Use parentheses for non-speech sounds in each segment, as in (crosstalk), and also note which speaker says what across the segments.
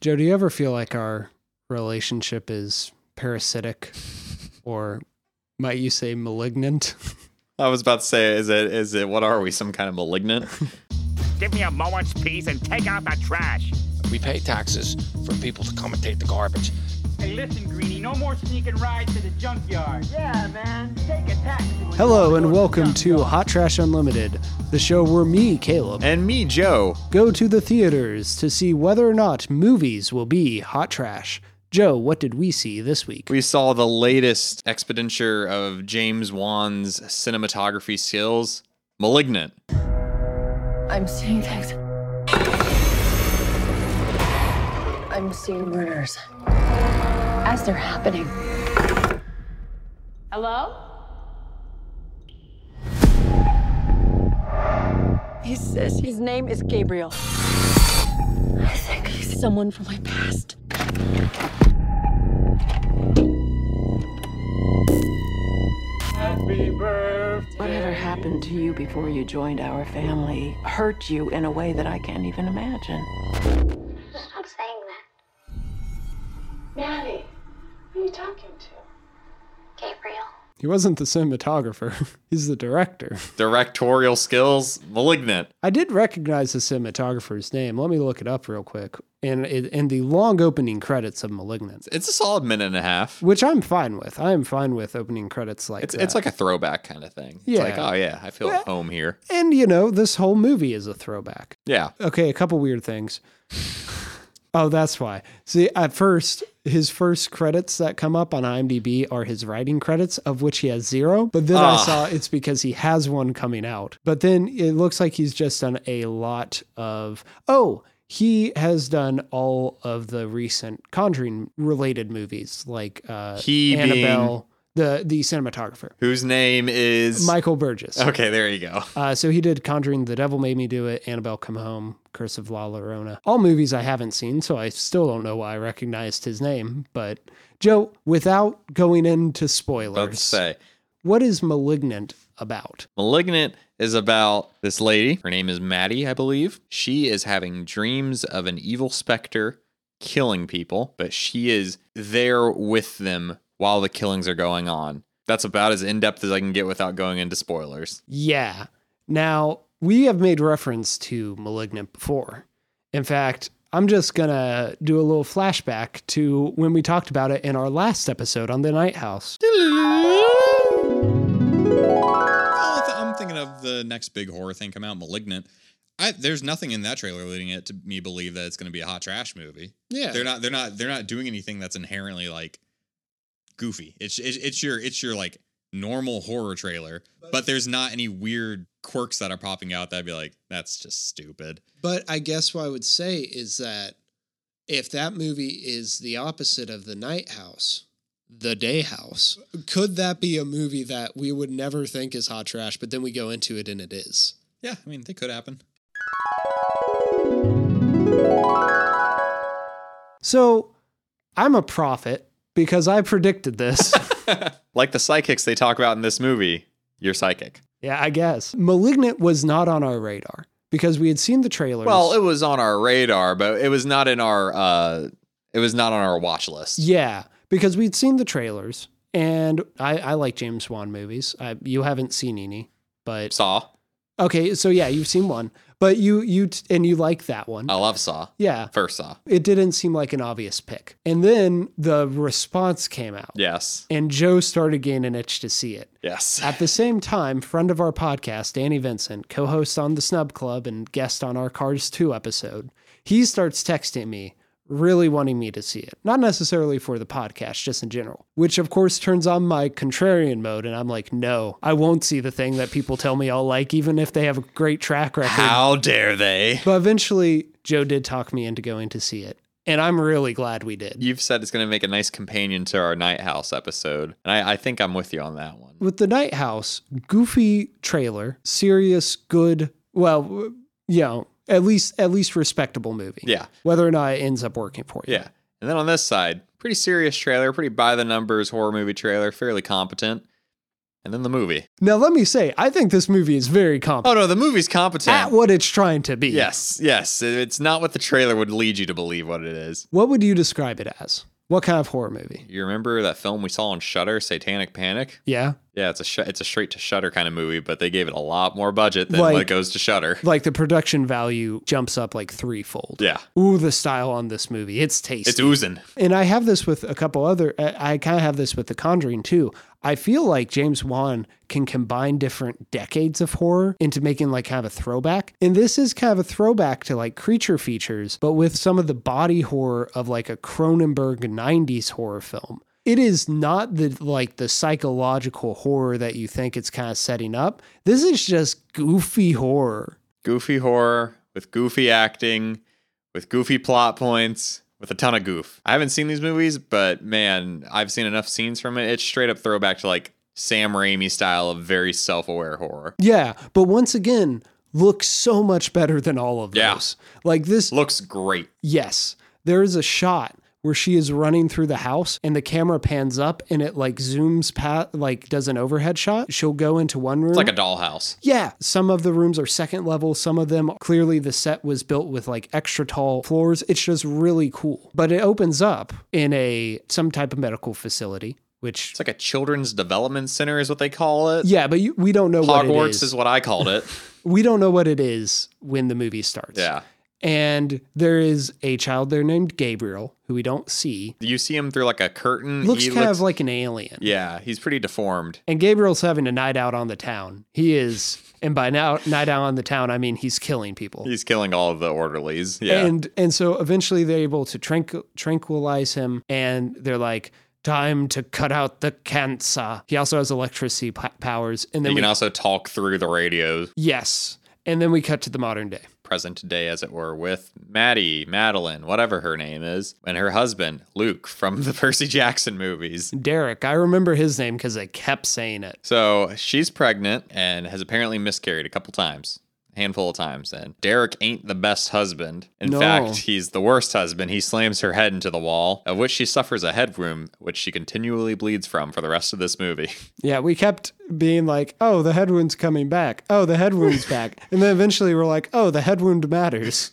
Speaker 1: Joe, do you ever feel like our relationship is parasitic or might you say malignant?
Speaker 2: I was about to say, is it is it what are we? Some kind of malignant?
Speaker 1: (laughs)
Speaker 3: Give me a moment's peace and take out my trash.
Speaker 4: We pay taxes for people to come and take the garbage.
Speaker 5: Hey, listen, Greeny, no more sneaking rides to the junkyard.
Speaker 6: Yeah, man, take a taxi.
Speaker 1: Hello and welcome to Hot Trash Unlimited, the show where me, Caleb,
Speaker 2: and me, Joe.
Speaker 1: go to the theaters to see whether or not movies will be hot trash. Joe, what did we see this week?
Speaker 2: We saw the latest expenditure of James Wan's cinematography skills, Malignant.
Speaker 7: I'm seeing things. I'm seeing murders as they're happening.
Speaker 8: Hello?
Speaker 7: He says his name is Gabriel. I think he's someone from my past.
Speaker 9: Whatever happened to you before you joined our family hurt you in a way that I can't even imagine.
Speaker 10: Stop saying that. Maddie, who are you talking to? Gabriel.
Speaker 1: He wasn't the cinematographer, (laughs) he's the director.
Speaker 2: Directorial skills, Malignant.
Speaker 1: I did recognize the cinematographer's name. Let me look it up real quick. And in, in the long opening credits of Malignant,
Speaker 2: It's a solid minute and a half.
Speaker 1: which I'm fine with. I am fine with opening credits like
Speaker 2: It's
Speaker 1: that.
Speaker 2: it's like a throwback kind of thing.
Speaker 1: Yeah.
Speaker 2: It's like, oh yeah, I feel at home here.
Speaker 1: and you know, this whole movie is a throwback.
Speaker 2: Yeah.
Speaker 1: okay, a couple weird
Speaker 2: (laughs)
Speaker 1: things. oh, that's why. See, at first, his first credits that come up on IMDb are his writing credits, of which he has zero. But then I
Speaker 2: Ah.
Speaker 1: saw it's because he has one coming out. But then it looks like he's just done a lot of. Oh, he has done all of the recent Conjuring related movies, like uh,
Speaker 2: He being-
Speaker 1: Annabelle, the the cinematographer,
Speaker 2: Whose name is
Speaker 1: Michael Burgess.
Speaker 2: Okay, there you go.
Speaker 1: Uh, so he did Conjuring, The Devil Made Me Do It, Annabelle Come Home, Curse of La Llorona. All movies I haven't seen, so I still don't know why I recognized his name. But Joe, without going into
Speaker 2: About to
Speaker 1: spoilers,
Speaker 2: say.
Speaker 1: what is Malignant about?
Speaker 2: Malignant is about this lady. Her name is Maddie, I believe. She is having dreams of an evil specter killing people, but she is there with them while the killings are going on. That's about as in depth as I can get without going into spoilers.
Speaker 1: Yeah. Now, we have made reference to Malignant before. In fact, I'm just going to do a little flashback to when we talked about it in our last episode on The Night House.
Speaker 11: Oh, th- I'm thinking of the next big horror thing come out, Malignant. I, there's nothing in that trailer leading it to me believe that it's going to be a hot trash movie.
Speaker 2: Yeah.
Speaker 11: They're not. They're not. They're not doing anything that's inherently like goofy. It's it's, it's your it's your like normal horror trailer, but there's not any weird quirks that are popping out that'd be like that's just stupid.
Speaker 12: But I guess what I would say is that if that movie is the opposite of the night house, the day house, could that be a movie that we would never think is hot trash, but then we go into it and it is?
Speaker 11: Yeah, I mean, they could happen.
Speaker 1: So I'm a prophet because I
Speaker 12: (laughs)
Speaker 1: predicted this.
Speaker 2: Like the psychics they talk about in this movie, you're psychic.
Speaker 1: yeah, I guess. Malignant was not on our radar because we had seen the trailers.
Speaker 2: Well, it was on our radar, but it was not in our uh it was not on our watch list.
Speaker 1: yeah, because we'd seen the trailers and I, I like James Wan movies. I, you haven't seen any, but
Speaker 2: Saw.
Speaker 1: okay. So yeah, you've seen one, but you, you, t- and you like that one.
Speaker 2: I love Saw.
Speaker 1: Yeah.
Speaker 2: First Saw.
Speaker 1: It didn't seem like an obvious pick. And then the response came out.
Speaker 2: Yes.
Speaker 1: And Joe started getting an itch to see it.
Speaker 2: Yes. (laughs)
Speaker 1: At the same time, friend of our podcast, Danny Vincent, co host on The Snub Club and guest on our Cars 2 episode, he starts texting me, really wanting me to see it. Not necessarily for the podcast, just in general, which of course turns on my contrarian mode. And I'm like, no, I won't see the thing that people tell me I'll like, even if they have a great track record.
Speaker 2: How dare they?
Speaker 1: But eventually, Joe did talk me into going to see it. And I'm really glad we did.
Speaker 2: You've said it's going to make a nice companion to our Night House episode, and I, I think I'm with you on that one.
Speaker 1: with the night house goofy trailer serious good well w- you know at least at least respectable movie
Speaker 2: Yeah.
Speaker 1: whether or not it ends up working for you
Speaker 2: Yeah. And then on this side, pretty serious trailer, pretty by the numbers horror movie trailer, fairly competent. and then the movie.
Speaker 1: Now, let me say, I think this movie is very
Speaker 2: Oh
Speaker 1: competent
Speaker 2: no, the movie's competent.
Speaker 1: at what it's trying to be.
Speaker 2: Yes, yes. It's not what the trailer would lead you to believe what it is.
Speaker 1: What would you describe it as? What kind of horror movie?
Speaker 2: You remember that film we saw on Shutter, Satanic Panic?
Speaker 1: Yeah.
Speaker 2: Yeah, it's a sh- it's a straight to Shutter kind of movie, but they gave it a lot more budget than when
Speaker 1: Like-
Speaker 2: it goes to Shutter.
Speaker 1: Like the production value jumps up like threefold.
Speaker 2: Yeah,
Speaker 1: Ooh, the style on this movie. It's tasty.
Speaker 2: it's oozing.
Speaker 1: and I have this with a couple other. I, I kind of have this with The Conjuring too. I feel like James Wan can combine different decades of horror into making like kind of a throwback. And this is kind of a throwback to like creature features, but with some of the body horror of like a Cronenberg 90s horror film. It is not the like the psychological horror that you think it's kind of setting up. This is just goofy horror.
Speaker 2: Goofy horror with goofy acting, with goofy plot points, with a ton of goof. I haven't seen these movies, but man, I've seen enough scenes from it. It's straight up throwback to like Sam Raimi style of very self aware horror.
Speaker 1: Yeah, but once again, looks so much better than all of
Speaker 2: Yeah.
Speaker 1: those. Like this
Speaker 2: Looks great.
Speaker 1: Yes, there is a shot where she is running through the house and the camera pans up and it like zooms past, like does an overhead shot. She'll go into one room.
Speaker 2: It's like a dollhouse.
Speaker 1: yeah, some of the rooms are second level. Some of them clearly the set was built with like extra tall floors. It's just really cool. But it opens up in a some type of medical facility, which
Speaker 2: It's like a children's development center, is what they call it.
Speaker 1: yeah, but you, we don't know what it
Speaker 2: Hogwarts
Speaker 1: is.
Speaker 2: is what I
Speaker 1: (laughs)
Speaker 2: called it.
Speaker 1: We don't know what it is when the movie starts.
Speaker 2: yeah.
Speaker 1: and there is a child there named Gabriel who we don't see.
Speaker 2: You see him through like a curtain.
Speaker 1: Looks
Speaker 2: He
Speaker 1: kind of like an alien.
Speaker 2: Yeah, he's pretty deformed.
Speaker 1: And Gabriel's having a night out on the town. He is, and by now night out on the town, I mean he's killing people.
Speaker 2: He's killing all of the orderlies. Yeah.
Speaker 1: And and so eventually they're able to tranqu- tranquilize him, and they're like, "Time to cut out the cancer." He also has electricity p- powers, and
Speaker 2: he
Speaker 1: then
Speaker 2: can
Speaker 1: we,
Speaker 2: also talk through the radio,
Speaker 1: yes, and then we cut to the modern day.
Speaker 2: present day, as it were, with Maddie, Madeline, whatever her name is, and her husband, Luke, from the (laughs) Percy Jackson movies.
Speaker 1: Derek, I remember his name because I kept saying it.
Speaker 2: So she's pregnant and has apparently miscarried a couple times, a handful of times. And Derek ain't the best husband. In
Speaker 1: No.
Speaker 2: fact, he's the worst husband. He slams her head into the wall, of which she suffers a head wound, which she continually bleeds from for the rest of this movie. (laughs)
Speaker 1: Yeah, we kept being like, "Oh, the head wound's coming back. Oh, the head wound's back," and then eventually we're like, "Oh, the head wound matters."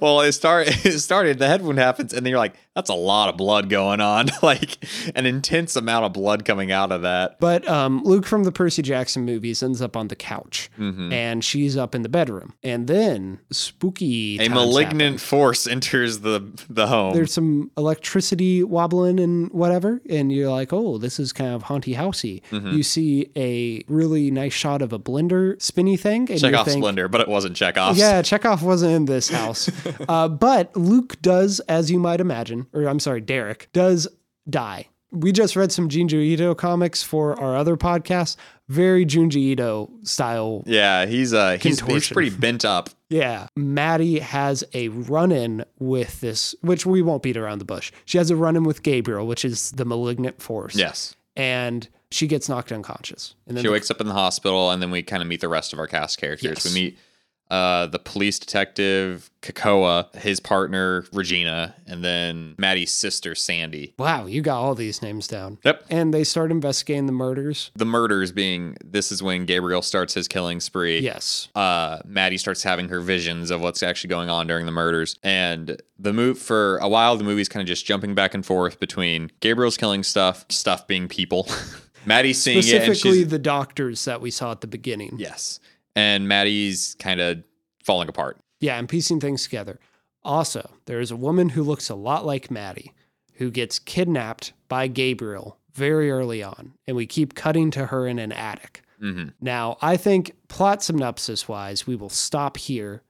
Speaker 2: Well, it start (laughs) it started. The head wound happens, and then you're like, "That's a lot of blood going on, (laughs) like an intense amount of blood coming out of that."
Speaker 1: But um, Luke from the Percy Jackson movies ends up on the couch,
Speaker 2: Mm-hmm.
Speaker 1: and she's up in the bedroom. And then spooky,
Speaker 2: A
Speaker 1: times
Speaker 2: malignant
Speaker 1: happen.
Speaker 2: force enters the the home.
Speaker 1: There's some electricity wobbling and whatever, and you're like, "Oh, this is kind of haunty housey."
Speaker 2: Mm-hmm.
Speaker 1: You see a really nice shot of a blender spinny thing, and you
Speaker 2: Chekhov's
Speaker 1: think,
Speaker 2: Splendor, but it wasn't Chekhov's.
Speaker 1: Yeah, Chekhov wasn't in this
Speaker 2: (laughs)
Speaker 1: house. uh, but Luke does, as you might imagine, or I'm sorry, Derek does die. We just read some Junji Ito comics for our other podcast. Very Junji Ito style.
Speaker 2: Yeah, he's uh he's, he's
Speaker 1: Contortion.
Speaker 2: pretty
Speaker 1: (laughs)
Speaker 2: bent up.
Speaker 1: Yeah. Maddie has a run in with this, which we won't beat around the bush. She has a run in with Gabriel, which is the malignant force.
Speaker 2: Yes.
Speaker 1: And she gets knocked unconscious. And then
Speaker 2: She wakes up in the hospital, and then we kind of meet the rest of our cast characters.
Speaker 1: Yes.
Speaker 2: We meet uh, the police detective Kakoa, his partner Regina, and then Maddie's sister Sandy.
Speaker 1: wow, you got all these names down.
Speaker 2: Yep.
Speaker 1: And they start investigating the murders.
Speaker 2: The murders being this is when Gabriel starts his killing spree.
Speaker 1: Yes.
Speaker 2: uh, Maddie starts having her visions of what's actually going on during the murders. And the move for a while, the movie's kind of just jumping back and forth between Gabriel's killing stuff, stuff being people, (laughs) Maddie seeing it, and
Speaker 1: specifically
Speaker 2: she's
Speaker 1: the doctors that we saw at the beginning.
Speaker 2: yes, and Maddie's kind of falling apart.
Speaker 1: Yeah, and piecing things together. Also, there is a woman who looks a lot like Maddie who gets kidnapped by Gabriel very early on, and we keep cutting to her in an attic.
Speaker 2: hmm
Speaker 1: Now, I think plot synopsis wise, we will stop here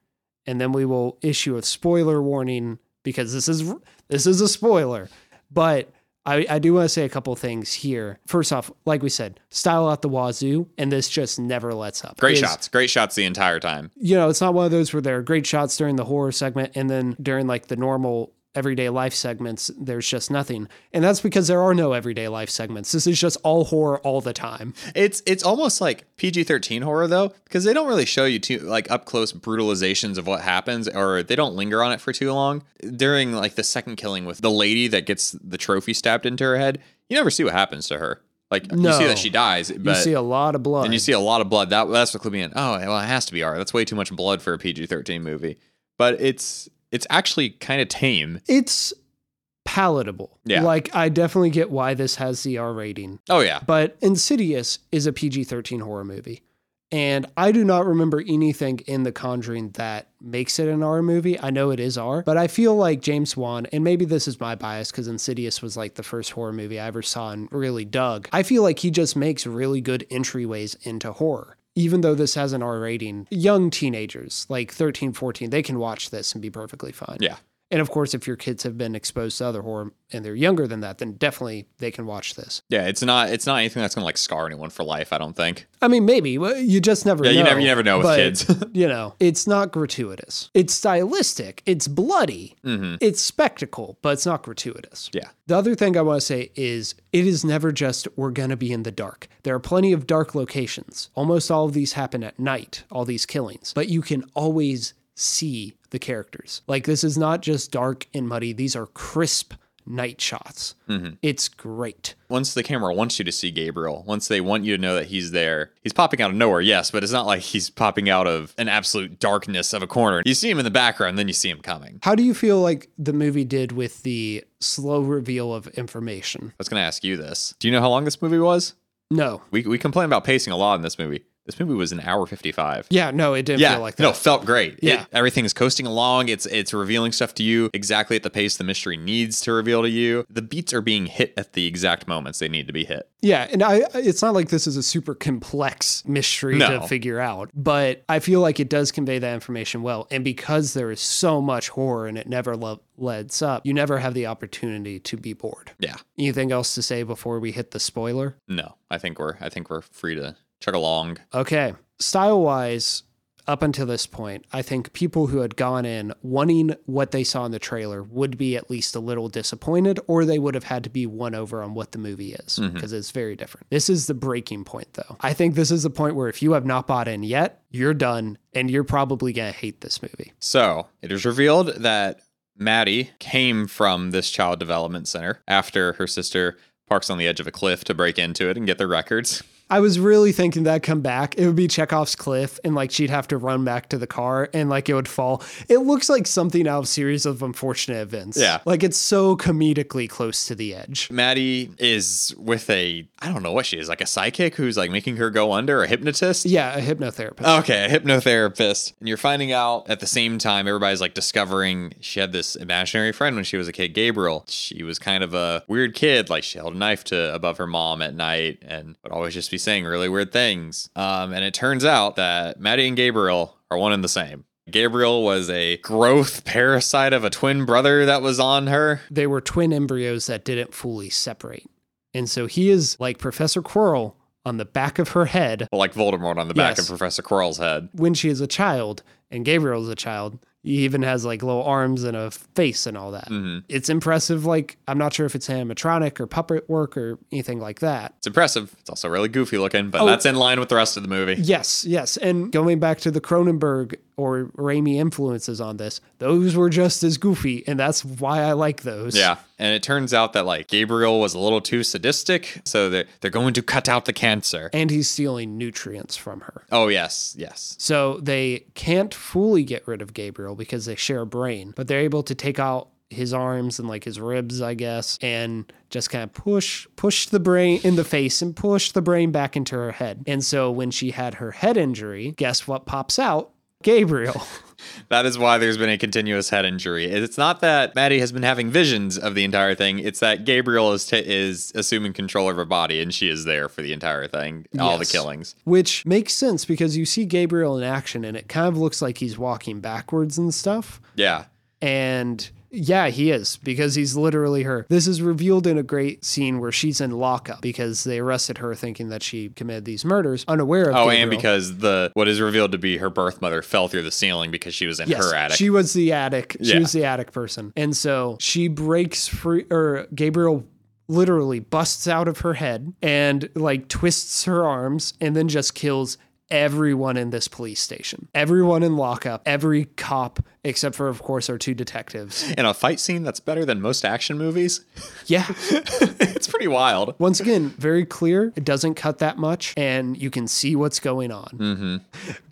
Speaker 1: and then we will issue a spoiler warning because this is this is a spoiler. But I, I do want to say a couple things here. First off, like we said, style out the wazoo, and this just never lets up.
Speaker 2: Great
Speaker 1: It's-
Speaker 2: shots, great shots the entire time.
Speaker 1: you know, it's not one of those where there are great shots during the horror segment and then during like the normal everyday life segments, there's just nothing. And that's because there are no everyday life segments. This is just all horror all the time.
Speaker 2: It's it's almost like PG thirteen horror though, because they don't really show you too like up close brutalizations of what happens, or they don't linger on it for too long. During like the second killing with the lady that gets the trophy stabbed into her head, you never see what happens to her. Like you
Speaker 1: No.
Speaker 2: see that she dies, but
Speaker 1: you see a lot of blood.
Speaker 2: and you see a lot of blood. That that's what clipped me in. Oh, well, it has to be R. That's way too much blood for a PG thirteen movie. But it's it's actually kind of tame.
Speaker 1: it's palatable.
Speaker 2: Yeah.
Speaker 1: Like I definitely get why this has the R rating.
Speaker 2: Oh yeah,
Speaker 1: But Insidious is a PG 13 horror movie. And I do not remember anything in The Conjuring that makes it an R movie. I know it is R, but I feel like James Wan, and maybe this is my bias because Insidious was like the first horror movie I ever saw and really dug. I feel like he just makes really good entryways into horror. Even though this has an R rating, young teenagers, like 13, 14, they can watch this and be perfectly fine.
Speaker 2: yeah.
Speaker 1: And of course, if your kids have been exposed to other horror and they're younger than that, then definitely they can watch this.
Speaker 2: Yeah, it's not it's not anything that's gonna like scar anyone for life. I don't think.
Speaker 1: I mean, maybe Well, you just never.
Speaker 2: Yeah,
Speaker 1: know,
Speaker 2: you never- you never know with
Speaker 1: but,
Speaker 2: kids. (laughs)
Speaker 1: you know, it's not gratuitous. It's stylistic. It's bloody.
Speaker 2: Mm-hmm.
Speaker 1: It's spectacle, but it's not gratuitous.
Speaker 2: Yeah.
Speaker 1: The other thing I want to say is it is never just we're going to be in the dark. There are plenty of dark locations. Almost all of these happen at night, all these killings, but you can always see the characters. Like this is not just dark and muddy, these are crisp night shots.
Speaker 2: Mm-hmm.
Speaker 1: It's great.
Speaker 2: Once the camera wants you to see Gabriel, once they want you to know that he's there, he's popping out of nowhere. Yes, but it's not like he's popping out of an absolute darkness of a corner. You see him in the background, then you see him coming. I
Speaker 1: How do you feel like the movie did with the slow reveal of information?
Speaker 2: was gonna ask you this. Do you know how long this movie was?
Speaker 1: No.
Speaker 2: We we complain about pacing a lot in this movie. This movie was an hour fifty five.
Speaker 1: Yeah, no, it didn't
Speaker 2: yeah,
Speaker 1: feel like that.
Speaker 2: no, felt great. It-
Speaker 1: Yeah.
Speaker 2: everything is coasting along. It's it's revealing stuff to you exactly at the pace the mystery needs to reveal to you. The beats are being hit at the exact moments they need to be hit.
Speaker 1: Yeah, and I it's not like this is a super complex mystery
Speaker 2: No.
Speaker 1: to figure out, but I feel like it does convey that information well. And because there is so much horror and it never lo- lets up, you never have the opportunity to be bored.
Speaker 2: Yeah,
Speaker 1: Anything else to say before we hit the spoiler?
Speaker 2: no, I think we're I think we're free to chug along.
Speaker 1: Okay. Style wise, up until this point, I think people who had gone in wanting what they saw in the trailer would be at least a little disappointed, or they would have had to be won over on what the movie is because it's very different. This is the breaking point, though. I think this is the point where if you have not bought in yet, you're done and you're probably going to hate this movie.
Speaker 2: So it is revealed that Maddie came from this child development center after her sister parks on the edge of a cliff to break into it and get their records.
Speaker 1: I was really thinking that come back, it would be Chekhov's cliff, and like she'd have to run back to the car, and like it would fall. It looks like something out of series of unfortunate events.
Speaker 2: Yeah.
Speaker 1: like it's so comedically close to the edge.
Speaker 2: Maddie is with a I don't know what she is like a psychic who's like making her go under a hypnotist.
Speaker 1: Yeah, a hypnotherapist.
Speaker 2: Okay, a hypnotherapist. And you're finding out at the same time, everybody's like discovering she had this imaginary friend when she was a kid, Gabriel. She was kind of a weird kid. Like she held a knife to above her mom at night and would always just be saying really weird things. Um, and it turns out that Maddie and Gabriel are one and the same. Gabriel was a growth parasite of a twin brother that was on her.
Speaker 1: They were twin embryos that didn't fully separate. And so he is like Professor Quirrell on the back of her head
Speaker 2: Well, like Voldemort on the back
Speaker 1: Yes.
Speaker 2: of Professor Quirrell's head.
Speaker 1: when she is a child, and Gabriel is a child. He even has like little arms and a face and all that. It's impressive. Like, I'm not sure if it's animatronic or puppet work or anything like that.
Speaker 2: It's impressive. It's also really goofy looking, but
Speaker 1: Oh.
Speaker 2: that's in line with the rest of the movie.
Speaker 1: Yes, yes. And going back to the Cronenberg or Raimi influences on this, those were just as goofy. And that's why I like those.
Speaker 2: Yeah, and it turns out that like Gabriel was a little too sadistic, so they're they're going to cut out the cancer.
Speaker 1: And he's stealing nutrients from her.
Speaker 2: Oh yes, yes.
Speaker 1: So they can't fully get rid of Gabriel because they share a brain, but they're able to take out his arms and like his ribs, I guess, and just kind of push push the brain in the face and push the brain back into her head. And so when she had her head injury, guess what pops out? Gabriel. (laughs)
Speaker 2: That is why there's been a continuous head injury. It's not that Maddie has been having visions of the entire thing. It's that Gabriel is ta is assuming control of her body, and she is there for the entire thing, all the
Speaker 1: Yes.
Speaker 2: killings.
Speaker 1: Which makes sense because you see Gabriel in action and it kind of looks like he's walking backwards and stuff.
Speaker 2: Yeah,
Speaker 1: And yeah, he is because he's literally her. This is revealed in a great scene where she's in lockup because they arrested her thinking that she committed these murders, unaware of.
Speaker 2: Oh, and
Speaker 1: Gabriel.
Speaker 2: because the what is revealed to be her birth mother fell through the ceiling because she was in
Speaker 1: Yes,
Speaker 2: her attic.
Speaker 1: she was the attic. She
Speaker 2: Yeah.
Speaker 1: was the attic person, and so she breaks free. Or Gabriel literally busts out of her head and like twists her arms, and then just kills everyone in this police station. Everyone in lockup. Every cop. except for, of course, our two detectives. (laughs)
Speaker 2: In a fight scene that's better than most action movies. (laughs)
Speaker 1: Yeah.
Speaker 2: it's pretty wild.
Speaker 1: Once again, very clear. It doesn't cut that much, and you can see what's going on.
Speaker 2: Mm-hmm.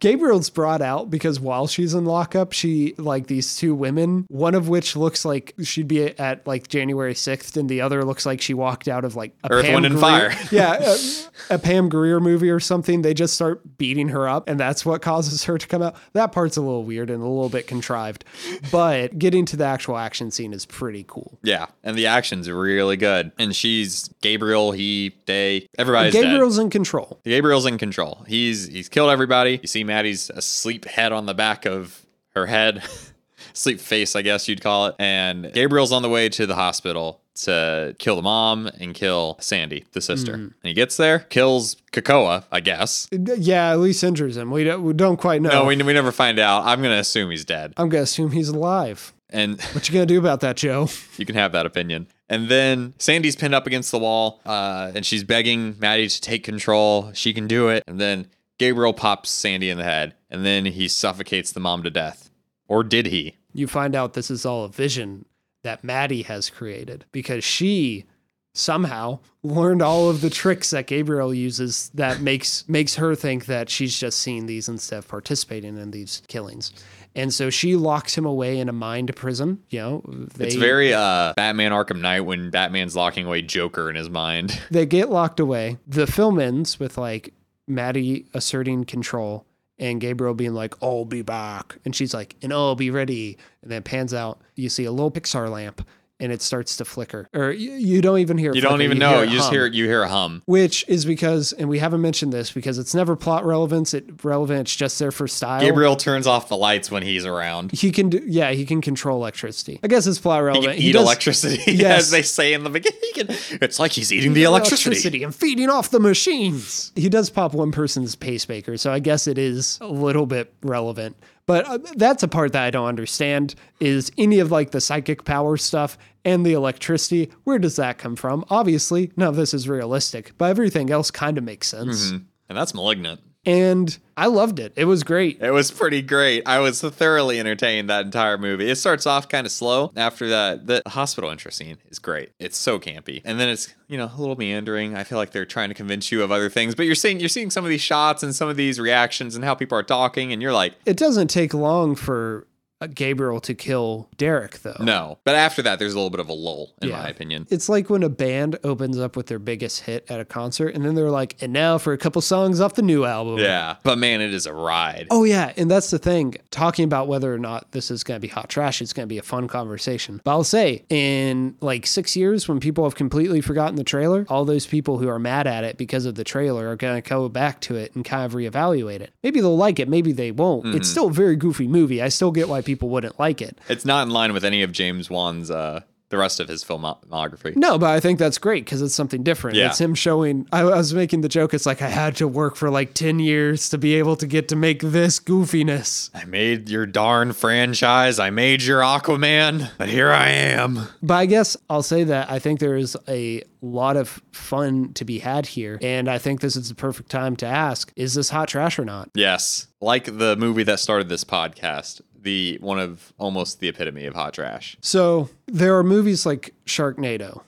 Speaker 1: Gabriel's brought out because while she's in lockup, she like these two women, one of which looks like she'd be at like January 6th, and the other looks like she walked out of like
Speaker 2: Earth, Wind, and Fire.
Speaker 1: (laughs)
Speaker 2: (laughs)
Speaker 1: yeah, a, a Pam Greer movie or something. They just start beating her up, and that's what causes her to come out. That part's a little weird and a little bit contrived, but getting to the actual action scene is pretty cool.
Speaker 2: Yeah, and the action's really good. And she's Gabriel, he, they, everybody's dead.
Speaker 1: Gabriel's in control.
Speaker 2: Gabriel's in control. He's he's killed everybody. You see Maddie's asleep head on the back of her head. (laughs) Sleep face, I guess you'd call it. And Gabriel's on the way to the hospital to kill the mom and kill Sandy, the sister. And he gets there, kills Kakoa, I guess.
Speaker 1: Yeah, at least injures him. We don't, we don't quite know.
Speaker 2: No, we, we never find out. I'm going to assume he's dead.
Speaker 1: I'm gonna assume he's alive.
Speaker 2: And
Speaker 1: What you gonna do about that, Joe?
Speaker 2: you can have that opinion. And then Sandy's pinned up against the wall, uh, and she's begging Maddie to take control. She can do it. And then Gabriel pops Sandy in the head, and then he suffocates the mom to death. Or did he?
Speaker 1: You find out this is all a vision that Maddie has created because she somehow learned all of the tricks that Gabriel uses
Speaker 2: (laughs)
Speaker 1: that makes makes her think that she's just seeing these instead of participating in these killings. And so she locks him away in a mind prison. You know, they,
Speaker 2: It's very uh, Batman Arkham Knight when Batman's locking away Joker in his mind. (laughs)
Speaker 1: they get locked away. The film ends with like Maddie asserting control and Gabriel being like, I'll be back. And she's like, and I'll be ready. And then it pans out. You see a little Pixar lamp and it starts to flicker. Or you, you don't even hear it
Speaker 2: You don't
Speaker 1: flicker,
Speaker 2: even know.
Speaker 1: it
Speaker 2: You just
Speaker 1: hum
Speaker 2: hear you hear a hum.
Speaker 1: which is because, and we haven't mentioned this because it's never plot relevance. It relevant. It's just there for style.
Speaker 2: Gabriel turns off the lights when he's (laughs) around.
Speaker 1: he can do. Yeah, he can control electricity. I guess it's plot
Speaker 2: He
Speaker 1: relevant.
Speaker 2: can eat
Speaker 1: does-
Speaker 2: electricity, (laughs)
Speaker 1: Yes.
Speaker 2: as they say in the beginning. He can- It's like he's eating the electricity.
Speaker 1: and feeding off the machines. He does pop one person's pacemaker, so I guess it is a little bit relevant. But uh, that's a part that I don't understand is any of like the psychic power stuff and the electricity. Where does that come from? Obviously, none of this is realistic, but everything else kind of makes sense.
Speaker 2: And that's malignant.
Speaker 1: And I loved it. It was great.
Speaker 2: It was pretty great. I was thoroughly entertained that entire movie. It starts off kind of slow. After that, the hospital intro scene is great. It's so campy, and then it's you know a little meandering. I feel like they're trying to convince you of other things, but you're seeing you're seeing some of these shots and some of these reactions and how people are talking, and you're like,
Speaker 1: It doesn't take long for uh, Gabriel to kill Derek, though.
Speaker 2: no. But after that, there's a little bit of a lull, in my opinion.
Speaker 1: It's like when a band opens up with their biggest hit at a concert and then they're like, and now for a couple songs off the new album.
Speaker 2: Yeah, but man, it is a ride.
Speaker 1: Oh, yeah. And that's the thing. Talking about whether or not this is going to be hot trash, it's going to be a fun conversation. But I'll say, in like six years, when people have completely forgotten the trailer, all those people who are mad at it because of the trailer are going to go back to it and kind of reevaluate it. Maybe they'll like it. Maybe they won't.
Speaker 2: Mm-hmm.
Speaker 1: It's still a very goofy movie. I still get why people wouldn't like it.
Speaker 2: It's not in line with any of James Wan's uh, the rest of his filmography.
Speaker 1: No, but I think that's great because it's something different.
Speaker 2: Yeah.
Speaker 1: It's him showing. I, I was making the joke. It's like I had to work for like ten years to be able to get to make this goofiness.
Speaker 2: I made your darn franchise. I made your Aquaman, but here I am.
Speaker 1: But I guess I'll say that I think there is a lot of fun to be had here, and I think this is the perfect time to ask: Is this hot trash or not?
Speaker 2: Yes, like the movie that started this podcast, the one of almost the epitome of hot trash.
Speaker 1: So there are movies like Sharknado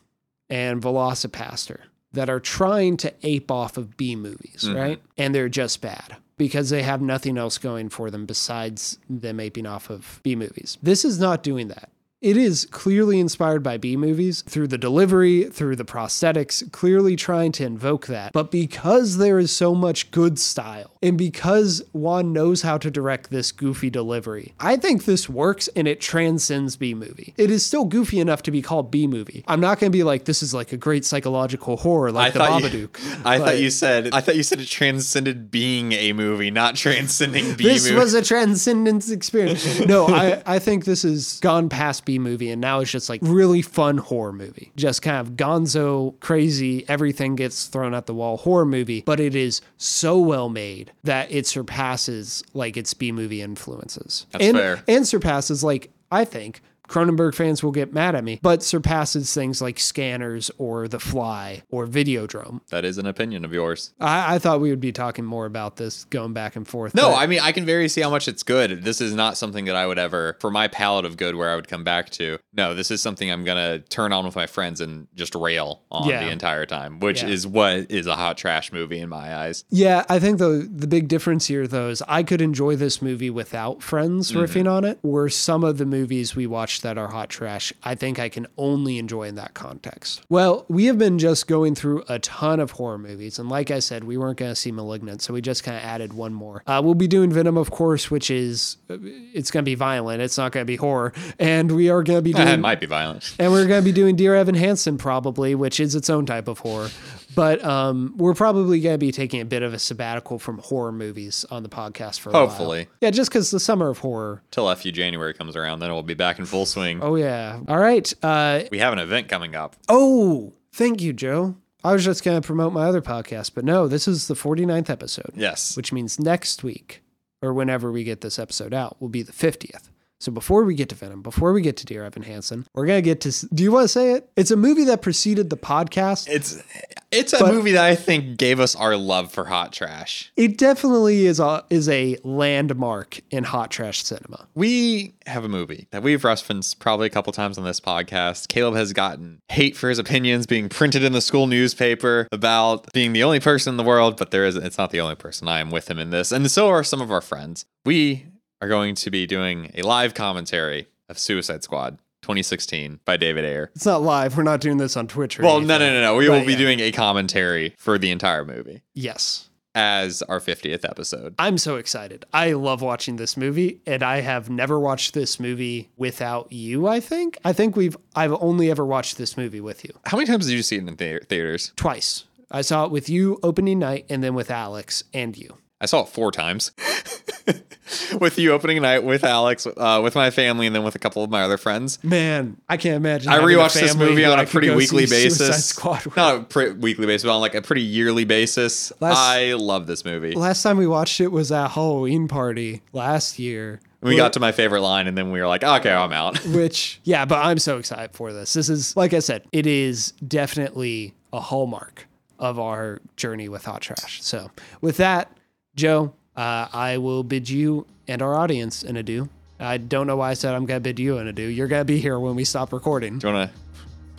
Speaker 1: and Velocipaster that are trying to ape off of B movies, right? And they're just bad because they have nothing else going for them besides them aping off of B movies. This is not doing that. It is clearly inspired by B movies through the delivery, through the prosthetics, clearly trying to invoke that. But because there is so much good style and because Juan knows how to direct this goofy delivery, I think this works and it transcends B movie. It is still goofy enough to be called B movie. I'm not going to be like, this is like a great psychological horror like The
Speaker 2: you,
Speaker 1: Babadook.
Speaker 2: (laughs) I thought
Speaker 1: but
Speaker 2: you said I thought you said it transcended being a movie, not
Speaker 1: (laughs)
Speaker 2: transcending B
Speaker 1: This
Speaker 2: movie.
Speaker 1: was a transcendence
Speaker 2: (laughs)
Speaker 1: experience. No, I, I think this is gone past B movie and now it's just like really fun horror movie. Just kind of gonzo, crazy, everything gets thrown at the wall horror movie, but it is so well made that it surpasses like its B movie influences.
Speaker 2: That's
Speaker 1: and,
Speaker 2: fair.
Speaker 1: And surpasses like I think Cronenberg fans will get mad at me, but surpasses things like Scanners or The Fly or Videodrome.
Speaker 2: That is an opinion of yours.
Speaker 1: I, I thought we would be talking more about this going back and forth.
Speaker 2: No,
Speaker 1: but-
Speaker 2: I mean I can very see how much it's good. This is not something that I would ever for my palette of good where I would come back to. No, this is something I'm gonna turn on with my friends and just rail on
Speaker 1: Yeah.
Speaker 2: the entire time, which
Speaker 1: Yeah.
Speaker 2: is what is a hot trash movie in my eyes. (laughs)
Speaker 1: Yeah, I think the the big difference here though is I could enjoy this movie without friends riffing on it. Where some of the movies we watch that are hot trash, I think I can only enjoy in that context. Well, we have been just going through a ton of horror movies, and like I said, we weren't going to see *Malignant*, so we just kind of added one more. Uh, we'll be doing *Venom*, of course, which is uh, it's going to be violent. It's not going to be horror, and we are going to be doing
Speaker 2: it might be violent.
Speaker 1: and we're going to be doing Dear Evan Hansen probably, which is its own type of horror. But um, we're probably going to be taking a bit of a sabbatical from horror movies on the podcast for a while.
Speaker 2: Hopefully.
Speaker 1: Yeah, just because the summer of horror.
Speaker 2: Till FU January comes around, then we'll be back in full swing.
Speaker 1: Oh, yeah. All right. Uh,
Speaker 2: We have an event coming up.
Speaker 1: oh, thank you, Joe. I was just going to promote my other podcast, but no, this is the 49th episode,
Speaker 2: Yes.
Speaker 1: which means next week or whenever we get this episode out will be the 50th. So before we get to Venom, before we get to Dear Evan Hansen, we're going to get to. s- Do you want to say it? It's a movie that preceded the podcast.
Speaker 2: It's it's a
Speaker 1: But-
Speaker 2: movie that I think gave us our love for hot trash.
Speaker 1: It definitely is a is a landmark in hot trash cinema.
Speaker 2: We have a movie that we've referenced probably a couple times on this podcast. Caleb has gotten hate for his opinions being printed in the school newspaper about being the only person in the world, but there isn't. It's not the only person. I am with him in this, and so are some of our friends. We are going to be doing a live commentary of Suicide Squad 2016 by David Ayer.
Speaker 1: It's not live. We're not doing this on Twitch. Or
Speaker 2: Well,
Speaker 1: anything.
Speaker 2: no, no, no, no. We
Speaker 1: Right,
Speaker 2: will be
Speaker 1: yeah.
Speaker 2: doing a commentary for the entire movie
Speaker 1: Yes,
Speaker 2: as our 50th episode.
Speaker 1: I'm so excited. I love watching this movie, and I have never watched this movie without you. I think. I think we've. I've only ever watched this movie with you
Speaker 2: How many times did you see it in the- theaters?
Speaker 1: twice. I saw it with you opening night, and then with Alex and you.
Speaker 2: I saw it four times. (laughs) with you opening night with Alex, uh, with my family, and then with a couple of my other friends.
Speaker 1: Man, I can't imagine.
Speaker 2: I
Speaker 1: having a
Speaker 2: rewatched this
Speaker 1: family
Speaker 2: movie
Speaker 1: who
Speaker 2: on
Speaker 1: I
Speaker 2: a
Speaker 1: could
Speaker 2: pretty
Speaker 1: go see
Speaker 2: weekly
Speaker 1: Suicide
Speaker 2: basis.
Speaker 1: Squad with.
Speaker 2: Not a pre- weekly basis, but on like a pretty yearly basis.
Speaker 1: Last-
Speaker 2: I love this movie.
Speaker 1: Last time we watched it was at Halloween party last year.
Speaker 2: we got to my favorite line, and then we were like, okay, I'm out. (laughs)
Speaker 1: which yeah but i'm so excited for this this is like i said it is definitely a hallmark of our journey with hot trash so with that joe uh, i will bid you and our audience an adieu i don't know why i said i'm gonna bid you an adieu you're gonna be here when we stop recording
Speaker 2: Do you want to?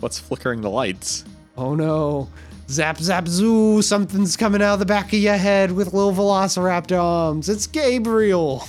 Speaker 2: What's flickering the lights?
Speaker 1: oh no zap zap zoo something's coming out of the back of your head with little velociraptor arms it's gabriel